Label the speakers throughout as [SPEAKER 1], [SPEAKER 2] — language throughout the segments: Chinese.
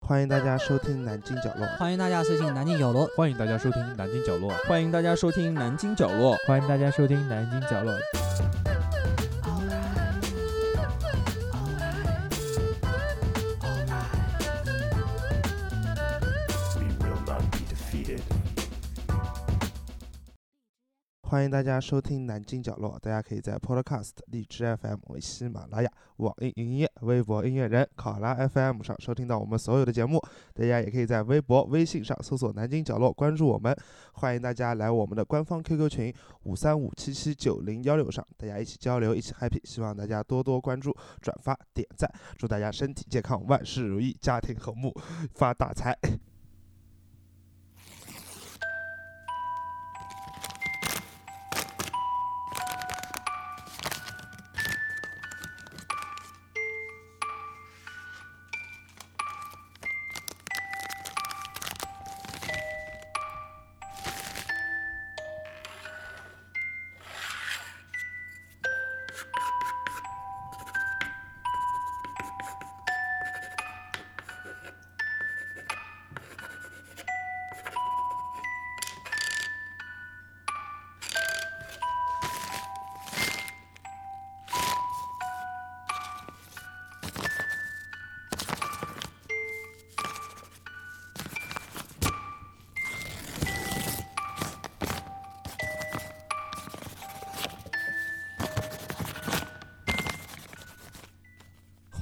[SPEAKER 1] 欢迎大家收听南京角落。
[SPEAKER 2] 欢迎大家收听南京角落，
[SPEAKER 3] 欢迎大家收听南京角落，
[SPEAKER 4] 欢迎大家收听南京角落。
[SPEAKER 3] 欢迎大家收听南京角落。
[SPEAKER 1] 欢迎大家收听南京角落，大家可以在 Podcast、荔枝 FM、喜马拉雅、网易云音乐、微博音乐人、考拉 FM 上收听到我们所有的节目。大家也可以在微博、微信上搜索“南京角落”，关注我们。欢迎大家来我们的官方 QQ 群五三五七七九零幺六上，大家一起交流，一起 happy。希望大家多多关注、转发、点赞。祝大家身体健康，万事如意，家庭和睦，发大财。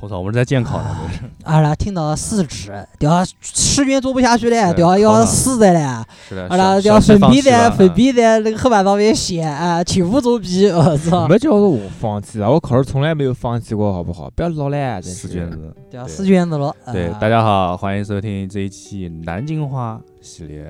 [SPEAKER 3] 我操，我们在监考呢，这是。
[SPEAKER 2] 阿拉听到四指，屌啊，视频做不下去嘞，
[SPEAKER 3] 对
[SPEAKER 2] 屌啊，
[SPEAKER 3] 好
[SPEAKER 2] 要
[SPEAKER 3] 的
[SPEAKER 2] 死的嘞，阿
[SPEAKER 3] 是的
[SPEAKER 2] 拉
[SPEAKER 3] 是
[SPEAKER 2] 屌粉笔在粉。
[SPEAKER 3] 是是放弃了啊
[SPEAKER 2] 笔在那个黑板上面写啊，请勿作弊，我操，
[SPEAKER 5] 没叫做我放弃啊，我考试从来没有放弃过，好不好？不要老赖啊，真
[SPEAKER 3] 四
[SPEAKER 5] 是
[SPEAKER 3] 卷子。
[SPEAKER 2] 屌
[SPEAKER 3] 对
[SPEAKER 2] 死卷子了，
[SPEAKER 3] 对，
[SPEAKER 2] 啊
[SPEAKER 3] 大家好，欢迎收听这一期南京话系列。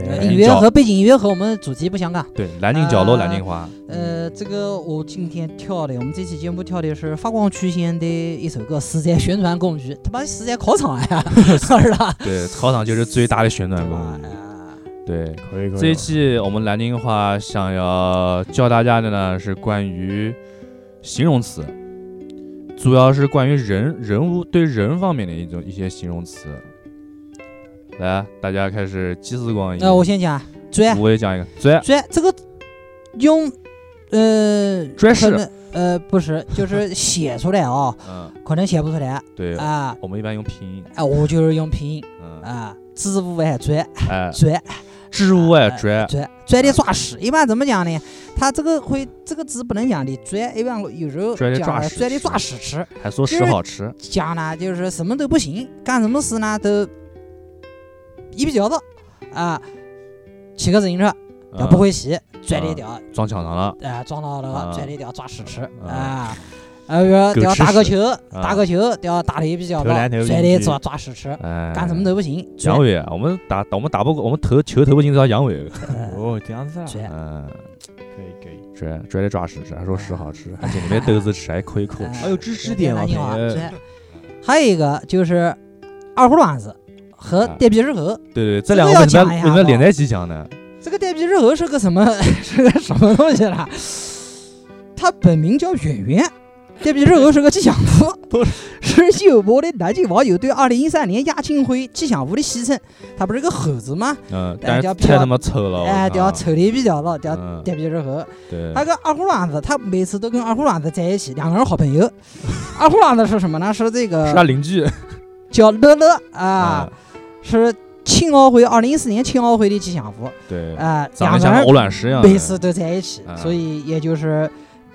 [SPEAKER 2] 呃
[SPEAKER 3] 南
[SPEAKER 2] 音
[SPEAKER 3] 京
[SPEAKER 2] 乐
[SPEAKER 3] 角
[SPEAKER 2] 和背景音乐和我们主题不相干，
[SPEAKER 3] 对，南京角落，
[SPEAKER 2] 啊
[SPEAKER 3] 南京话。
[SPEAKER 2] 呃，这个我今天跳的，我们这期节目跳的是发光曲线的一首歌，是在宣传工具，他妈是在考场 呀，是吧？
[SPEAKER 3] 对，考场就是最大的旋转工具。
[SPEAKER 2] 啊
[SPEAKER 3] 对，
[SPEAKER 5] 可以可
[SPEAKER 3] 这一期我们南京话想要教大家的呢是关于形容词，主要是关于人人物对人方面的一种一些形容词。来，大家开始集思广益。
[SPEAKER 2] 那我先讲啊，拽
[SPEAKER 3] 我也讲一个拽
[SPEAKER 2] 拽这个用呃
[SPEAKER 3] 拽
[SPEAKER 2] 可
[SPEAKER 3] 式，
[SPEAKER 2] 能呃不 是，就是写出来啊、
[SPEAKER 3] 嗯，
[SPEAKER 2] 可能写不出来啊
[SPEAKER 3] 对，
[SPEAKER 2] 啊、
[SPEAKER 3] 我们一般用拼音，
[SPEAKER 2] 我就是用拼音
[SPEAKER 3] 嗯，
[SPEAKER 2] 啊，知无外拽
[SPEAKER 3] 哎，
[SPEAKER 2] 拽
[SPEAKER 3] 置物哎拽，
[SPEAKER 2] 拽拽的抓屎，一般怎么讲呢？他这个会这个字不能讲的拽，一般有时候
[SPEAKER 3] 拽得
[SPEAKER 2] 讲
[SPEAKER 3] 抓
[SPEAKER 2] 了
[SPEAKER 3] 屎
[SPEAKER 2] 拽的
[SPEAKER 3] 吃
[SPEAKER 2] 抓屎吃，
[SPEAKER 3] 还说
[SPEAKER 2] 哎
[SPEAKER 3] 屎好吃，
[SPEAKER 2] 讲呢就是什么都不行，干什么事呢都一屁脚子啊，骑个自行车也
[SPEAKER 3] 嗯
[SPEAKER 2] 啊不会骑，拽的屌
[SPEAKER 3] 撞墙上了，
[SPEAKER 2] 哎，撞到那个
[SPEAKER 3] 啊
[SPEAKER 2] 拽的屌抓屎吃
[SPEAKER 3] 啊
[SPEAKER 2] 啊，呃，比如屌
[SPEAKER 3] 狗吃
[SPEAKER 2] 打个
[SPEAKER 3] 屎啊
[SPEAKER 2] 球，打个球，屌打的一比较
[SPEAKER 5] 投
[SPEAKER 2] 高，
[SPEAKER 5] 篮投
[SPEAKER 2] 拽
[SPEAKER 5] 进
[SPEAKER 2] 的
[SPEAKER 5] 去
[SPEAKER 2] 抓抓屎吃，
[SPEAKER 3] 哎，
[SPEAKER 2] 干什么？都不行，拽
[SPEAKER 3] 阳痿啊，我们打我们打不过，我们投球投不进，叫 阳痿。
[SPEAKER 2] 哎嗯
[SPEAKER 5] 哦，这样子啊，
[SPEAKER 2] 拽
[SPEAKER 3] 嗯，
[SPEAKER 5] 可以可以。
[SPEAKER 3] 拽拽的抓屎吃，还说屎好 吃，还捡里面豆子吃，还抠一抠吃。
[SPEAKER 2] 哎
[SPEAKER 5] 哎呦，知识
[SPEAKER 2] 拽
[SPEAKER 5] 点
[SPEAKER 2] 南
[SPEAKER 5] 了，
[SPEAKER 2] 京话
[SPEAKER 5] 朋友
[SPEAKER 2] 拽。啊还有一个就是二胡卵子和
[SPEAKER 3] 啊
[SPEAKER 2] 带皮日猴，
[SPEAKER 3] 对对，这两个为什么要为什么要连在一起讲呢？
[SPEAKER 2] 这个带皮日猴是个什么 是个什么东西啦？它本名叫圆圆。带皮日猴是个吉祥物， 是有博的南京网友对二零一三年亚运会吉祥物的戏称。它不是个猴子吗？
[SPEAKER 3] 嗯，
[SPEAKER 2] 大
[SPEAKER 3] 但
[SPEAKER 2] 家
[SPEAKER 3] 是
[SPEAKER 2] 不要
[SPEAKER 3] 太他妈丑了，我
[SPEAKER 2] 哎，
[SPEAKER 3] 靠
[SPEAKER 2] 对啊，丑的比较了，对啊，
[SPEAKER 3] 嗯
[SPEAKER 2] 带皮日猴。
[SPEAKER 3] 对
[SPEAKER 2] 还有个二胡卵子，他每次都跟二胡卵子在一起，两个人好朋友。 二胡卵子是什么呢？是这
[SPEAKER 3] 是啊他
[SPEAKER 2] 个
[SPEAKER 3] 邻居嗯
[SPEAKER 2] 叫乐乐啊，，是青奥会二零一四年青奥会的吉祥物
[SPEAKER 3] 嗯对，
[SPEAKER 2] 啊，
[SPEAKER 3] 长
[SPEAKER 2] 两
[SPEAKER 3] 得
[SPEAKER 2] 个
[SPEAKER 3] 像个
[SPEAKER 2] 人
[SPEAKER 3] 鹅卵石一样的，
[SPEAKER 2] 每次都在一起，
[SPEAKER 3] 嗯
[SPEAKER 2] 所以也就是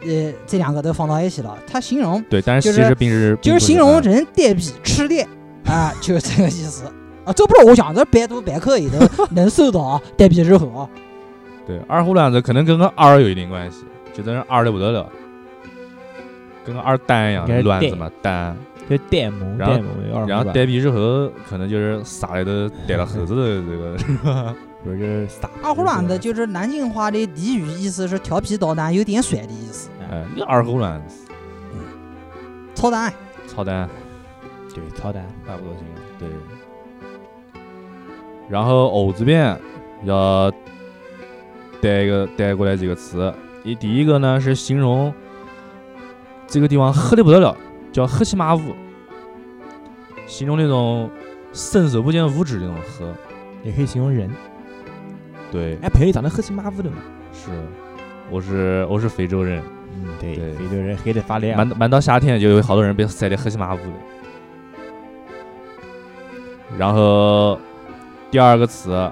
[SPEAKER 2] 呃这两个都放到一起了。他形容
[SPEAKER 3] 对，但是
[SPEAKER 2] 就
[SPEAKER 3] 其
[SPEAKER 2] 是
[SPEAKER 3] 实并是嗯
[SPEAKER 2] 就是形容人呆逼吃力啊，就是这个意思。啊，这不是我讲的，百度百科里头 能搜到啊，呆逼日猴啊，
[SPEAKER 3] 对，二胡卵子可能跟个二有一定关系，觉得人二的不得了，跟个二蛋一样
[SPEAKER 5] 应该，是
[SPEAKER 3] 卵子嘛蛋，
[SPEAKER 5] 就戴蒙，
[SPEAKER 3] 然后
[SPEAKER 5] 戴蒙，二胡
[SPEAKER 3] 然后
[SPEAKER 5] 吧
[SPEAKER 3] 呆逼之后可能就是傻的 都逮了猴子的这个，
[SPEAKER 5] 不是就是撒
[SPEAKER 2] 二胡卵子就是南京话的俚语，意思是调皮捣蛋、有点甩的意思。
[SPEAKER 3] 哎，那二胡卵子
[SPEAKER 2] 操蛋！
[SPEAKER 3] 操蛋，
[SPEAKER 5] 对操蛋，
[SPEAKER 3] 差不多行，对。然后偶这边要带一个带过来几个词，一第一个呢是形容这个地方黑的不得了，叫黑漆麻乌，形容那种伸手不见五指这种喝，
[SPEAKER 5] 也可以形容人。
[SPEAKER 3] 对，
[SPEAKER 5] 哎，朋友长得黑漆麻乌的嘛。
[SPEAKER 3] 是，我是我是非洲人，
[SPEAKER 5] 嗯，对
[SPEAKER 3] 对
[SPEAKER 5] 非洲人黑的发亮。
[SPEAKER 3] 满满到夏天就有好多人被晒得黑漆麻乌的。然后第二个词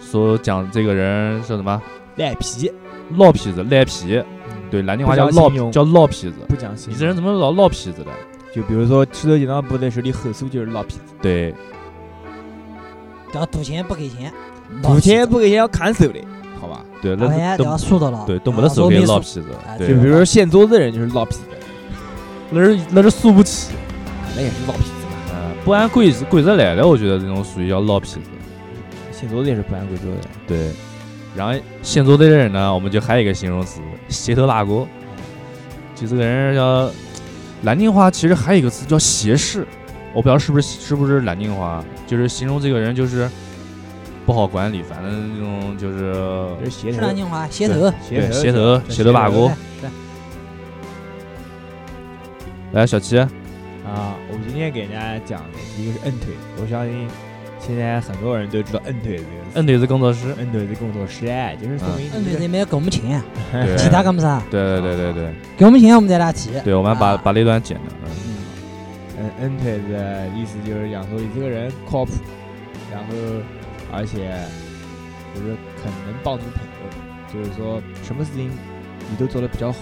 [SPEAKER 3] 说讲这个人是什么？
[SPEAKER 5] 赖皮，
[SPEAKER 3] 老痞子，赖皮，对，南京话叫
[SPEAKER 5] 不讲
[SPEAKER 3] 老
[SPEAKER 5] 信用
[SPEAKER 3] 叫老痞子。
[SPEAKER 5] 不讲信
[SPEAKER 3] 你
[SPEAKER 5] 用。
[SPEAKER 3] 这人怎么老老痞子的？
[SPEAKER 5] 就比如说吃豆剪刀布的时候，你吼诉就是老痞子，
[SPEAKER 3] 对，
[SPEAKER 2] 然后赌钱不给钱，
[SPEAKER 5] 赌钱不给钱要砍手的，好吧？
[SPEAKER 3] 对，
[SPEAKER 2] 老
[SPEAKER 3] 那
[SPEAKER 2] 钱
[SPEAKER 3] 都
[SPEAKER 2] 都要输的了，
[SPEAKER 3] 对，动不
[SPEAKER 2] 啊
[SPEAKER 3] 得手
[SPEAKER 2] 农
[SPEAKER 3] 给
[SPEAKER 2] 民
[SPEAKER 3] 老
[SPEAKER 2] 输
[SPEAKER 3] 痞子
[SPEAKER 2] 哎，
[SPEAKER 5] 啊就
[SPEAKER 3] 对
[SPEAKER 5] 比，如说掀桌子人就是老痞子，
[SPEAKER 3] 那是那是输不起，
[SPEAKER 5] 那也是老痞子嘛。
[SPEAKER 3] 嗯，不按规则规则来的，我觉得这种属于叫老痞子。
[SPEAKER 5] 掀桌子也是不按规则的。
[SPEAKER 3] 对，然后现做对的人呢，我们就还有一个形容词，斜头大哥，就这个人叫呃南京话，其实还有一个词叫斜视，我不知道是不是是不是南京话，就是形容这个人就是不好管理，反正那种就是
[SPEAKER 5] 就是斜
[SPEAKER 2] 是
[SPEAKER 5] 头，
[SPEAKER 2] 南京话，鞋头，
[SPEAKER 3] 对
[SPEAKER 5] 斜
[SPEAKER 3] 斜头斜头大哥
[SPEAKER 2] 对。对
[SPEAKER 3] 来，小齐，
[SPEAKER 5] 啊！我今天给大家讲的一个是摁腿，我相信现在很多人都知道摁腿这个词。
[SPEAKER 3] 摁腿子工作室，
[SPEAKER 5] 摁腿的工作室，哎，就是说明
[SPEAKER 2] 嗯，
[SPEAKER 5] 你
[SPEAKER 2] 对，
[SPEAKER 5] 这
[SPEAKER 2] 那边给我们钱，
[SPEAKER 3] 对
[SPEAKER 2] 其他干不啥，
[SPEAKER 3] 对对对对对，
[SPEAKER 2] 给我们钱我们再拉提。
[SPEAKER 3] 对，我们把
[SPEAKER 2] 啊
[SPEAKER 3] 把那段剪了，嗯
[SPEAKER 5] 嗯，恩腿的意思就是讲说你这个人靠谱，然后而且就是很能帮助朋友，就是说什么事情你都做得比较好，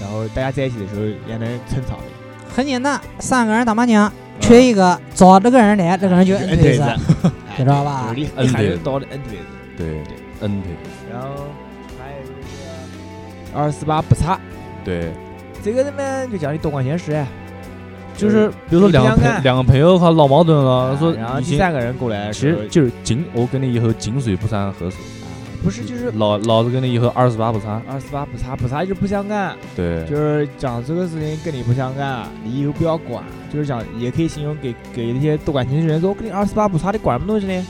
[SPEAKER 5] 然后大家在一起的时候也能撑场面。
[SPEAKER 2] 很简单，三个人打麻将，缺一个找那个人来，那个人
[SPEAKER 3] 哎
[SPEAKER 2] 就摁
[SPEAKER 5] 腿
[SPEAKER 2] 子。啊知道吧
[SPEAKER 5] 就是你
[SPEAKER 3] 摁
[SPEAKER 5] 你还
[SPEAKER 3] 腿
[SPEAKER 5] 能到的恩腿子，
[SPEAKER 3] 对
[SPEAKER 5] 对
[SPEAKER 3] 摁腿，
[SPEAKER 5] 然后还有一个二四八不差，
[SPEAKER 3] 对，
[SPEAKER 5] 这个他妈就讲你多管闲事哎，
[SPEAKER 3] 就是比如说
[SPEAKER 5] 你
[SPEAKER 3] 两个
[SPEAKER 5] 不想
[SPEAKER 3] 朋
[SPEAKER 5] 干
[SPEAKER 3] 两个朋友他闹矛盾了，
[SPEAKER 5] 啊
[SPEAKER 3] 说
[SPEAKER 5] 然后
[SPEAKER 3] 已
[SPEAKER 5] 第
[SPEAKER 3] 经
[SPEAKER 5] 三个人过来的
[SPEAKER 3] 其
[SPEAKER 5] 时候，
[SPEAKER 3] 实就是井，我跟你以后井水不犯河水，
[SPEAKER 5] 不是就是
[SPEAKER 3] 老老子跟你以后二十八不差。
[SPEAKER 5] 二四八不差，不差就是不相干。
[SPEAKER 3] 对
[SPEAKER 5] 就是讲这个事情跟你不相干，你以后不要管。就是讲，也可以形容给给那些多管闲事的人说，我跟你二十八不差，你管什么东西呢？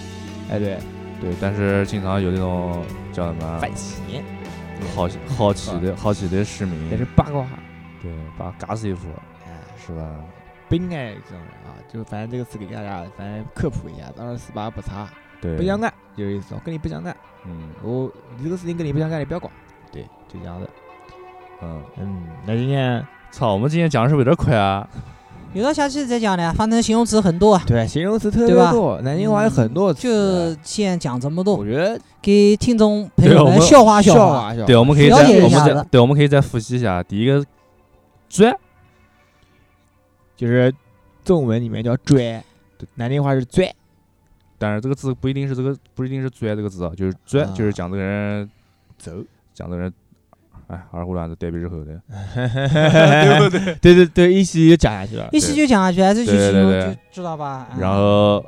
[SPEAKER 5] 哎，对，
[SPEAKER 3] 对，但是经常有这种叫什么
[SPEAKER 5] 反邪，
[SPEAKER 3] 好好奇的好奇的市民
[SPEAKER 5] 也，是八卦，
[SPEAKER 3] 对，把他嘎死一副，
[SPEAKER 5] 哎，
[SPEAKER 3] 是吧？
[SPEAKER 5] 不应该这种人啊。就是反正这个词给大家，反正科普一下，二十八不差，
[SPEAKER 3] 对，
[SPEAKER 5] 不相干，就是意思，我跟你不相干，
[SPEAKER 3] 嗯
[SPEAKER 5] 我你这个事情跟你不相干，你不要管。对，就这样子。
[SPEAKER 3] 嗯，
[SPEAKER 5] 嗯，那今天
[SPEAKER 3] 操，我们今天讲的是不是有点快啊？
[SPEAKER 2] 有到下期再讲呢，反正形容词很多，啊，
[SPEAKER 5] 对嗯形容词特
[SPEAKER 2] 对
[SPEAKER 5] 别
[SPEAKER 2] 吧
[SPEAKER 5] 多，南京话有很多
[SPEAKER 2] 就
[SPEAKER 5] 词，
[SPEAKER 2] 先讲这么多
[SPEAKER 5] 我，觉得
[SPEAKER 2] 给听众朋
[SPEAKER 3] 对
[SPEAKER 2] 友
[SPEAKER 3] 我
[SPEAKER 2] 们
[SPEAKER 3] 们
[SPEAKER 2] 笑话笑
[SPEAKER 5] 笑
[SPEAKER 2] 话。
[SPEAKER 5] 话笑话
[SPEAKER 3] 对，我们可以
[SPEAKER 2] 了
[SPEAKER 3] 再
[SPEAKER 2] 解一
[SPEAKER 3] 我
[SPEAKER 2] 下
[SPEAKER 3] 们再
[SPEAKER 2] 子
[SPEAKER 3] 对，我们可以再复习一下。第一个拽，
[SPEAKER 5] 就是中文里面叫拽，南京话是拽。
[SPEAKER 3] 但是这个字不一定是这个不一定是拽这个字啊，就是拽，就是讲这个人
[SPEAKER 5] 走，
[SPEAKER 3] 讲这个人，哎，二胡乱子呆逼之后的，
[SPEAKER 5] 对不对？对对对，一起就讲下去了。
[SPEAKER 2] 一起就讲下去，还是去
[SPEAKER 3] 对
[SPEAKER 2] 形
[SPEAKER 3] 对
[SPEAKER 2] 容
[SPEAKER 3] 对
[SPEAKER 2] 就知道吧？嗯
[SPEAKER 3] 然后，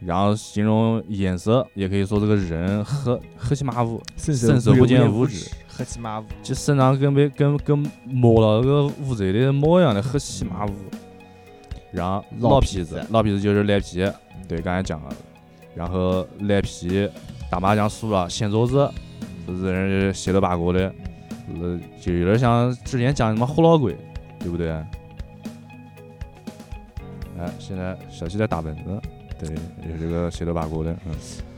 [SPEAKER 3] 然后形容眼色，也可以说这个人黑黑漆麻乌，
[SPEAKER 5] 伸
[SPEAKER 3] 伸手不见五指，
[SPEAKER 5] 黑漆麻乌。
[SPEAKER 3] 就身上跟被跟跟抹了个污贼的猫一样的黑漆麻乌。然后
[SPEAKER 5] 老
[SPEAKER 3] 老
[SPEAKER 5] 痞
[SPEAKER 3] 痞
[SPEAKER 5] 子
[SPEAKER 3] 子，嗯老痞子就是赖皮，对，刚才讲了。然后赖皮打麻将输了掀桌子，这人就是斜头八国的，呃，就有点像之前讲什么后老鬼，对不对？哎，现在小七在打蚊子，对，也是个斜头八国的，嗯。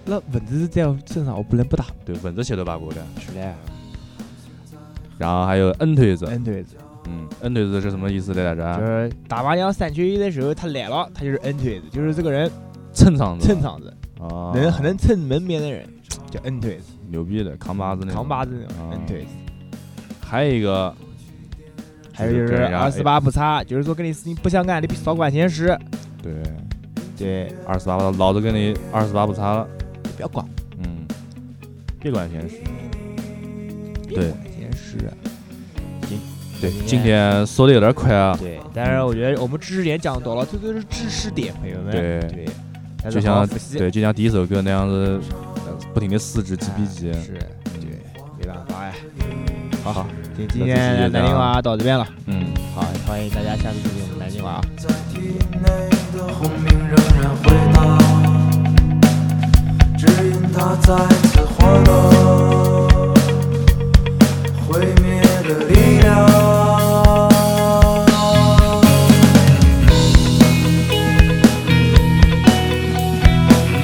[SPEAKER 5] 那蚊子在我身上，我不能不打。
[SPEAKER 3] 对，蚊子写的八国的，
[SPEAKER 5] 是的，
[SPEAKER 3] 然后还有摁腿子，
[SPEAKER 5] 摁腿子，
[SPEAKER 3] 嗯，摁腿子是什么意思来
[SPEAKER 5] 就
[SPEAKER 3] 着？
[SPEAKER 5] 是打麻将三缺一的时候，他来了，他就是摁腿子，就是这个人
[SPEAKER 3] 蹭场子，
[SPEAKER 5] 蹭场子，
[SPEAKER 3] 啊，
[SPEAKER 5] 能很能蹭门边的人叫摁腿子，
[SPEAKER 3] 牛逼的，扛把子那种
[SPEAKER 5] 扛把子那种
[SPEAKER 3] 啊
[SPEAKER 5] 摁腿子。
[SPEAKER 3] 还有一个，
[SPEAKER 5] 还有就是
[SPEAKER 3] 跟人家
[SPEAKER 5] 二四八不差，就是说跟你事情不相干，你少管闲事。
[SPEAKER 3] 对，
[SPEAKER 5] 对，
[SPEAKER 3] 二十八不老子跟你二十八不差了，
[SPEAKER 5] 不要管，
[SPEAKER 3] 嗯，别管闲事。
[SPEAKER 5] 别
[SPEAKER 3] 对
[SPEAKER 5] 管闲事。
[SPEAKER 3] 对
[SPEAKER 5] 今，天
[SPEAKER 3] 今天说的有点快啊，
[SPEAKER 5] 对，但是我觉得我们知识点讲到了，这都是知识点，朋友们。
[SPEAKER 3] 对
[SPEAKER 5] 对，大
[SPEAKER 3] 就
[SPEAKER 5] 家好好
[SPEAKER 3] 像
[SPEAKER 5] 复习
[SPEAKER 3] 对，就像第一首歌那样子，呃不停的四指记
[SPEAKER 5] 哎
[SPEAKER 3] 笔记。
[SPEAKER 5] 是，对，没办法呀。
[SPEAKER 3] 好好，
[SPEAKER 5] 今
[SPEAKER 3] 那这期
[SPEAKER 5] 今天
[SPEAKER 3] 就
[SPEAKER 5] 的
[SPEAKER 3] 这
[SPEAKER 5] 南京
[SPEAKER 3] 样
[SPEAKER 5] 话到这边了，
[SPEAKER 3] 嗯。
[SPEAKER 5] 好，欢迎大家下次收听我们南京话啊。
[SPEAKER 6] 在体内的轰鸣仍然回荡，指引它再次滑落，毁灭的力量。
[SPEAKER 7] Thank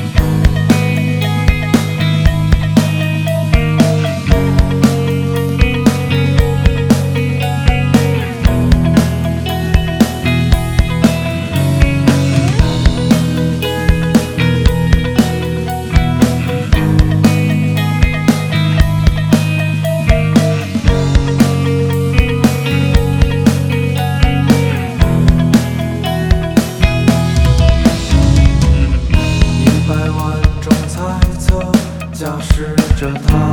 [SPEAKER 6] 消失着它。